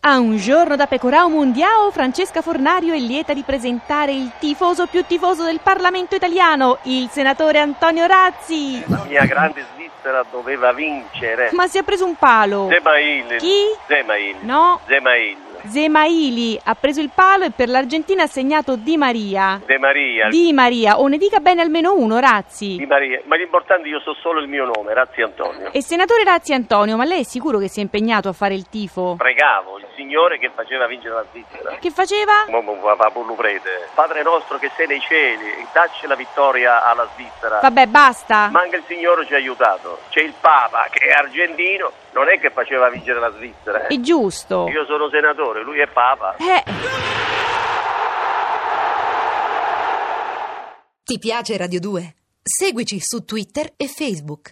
A un giorno da Pecorao Mondiao, Francesca Fornario è lieta di presentare il tifoso più tifoso del Parlamento italiano, il senatore Antonio Razzi. La mia grande Svizzera doveva vincere. Ma si è preso un palo. Zemail. Chi? Zemail. No, Zemail. Zemaili ha preso il palo e per l'Argentina ha segnato Di Maria. De Maria. Di... Di Maria, o ne dica bene almeno uno, Razzi. Maria. Ma l'importante io so solo il mio nome, Razzi Antonio. E senatore Razzi Antonio, ma lei è sicuro che si è impegnato a fare il tifo? Pregavo il Signore che faceva vincere la Svizzera. Che faceva? Mo- mo- Papà Pullo prete. Padre nostro che sei nei cieli, dacci la vittoria alla Svizzera. Vabbè, basta. Ma anche il Signore ci ha aiutato. C'è il Papa che è argentino, non è che faceva vincere la Svizzera. eh. È giusto. Io sono senatore, lui è Papa. Eh, Ti piace Radio 2? Seguici su Twitter e Facebook.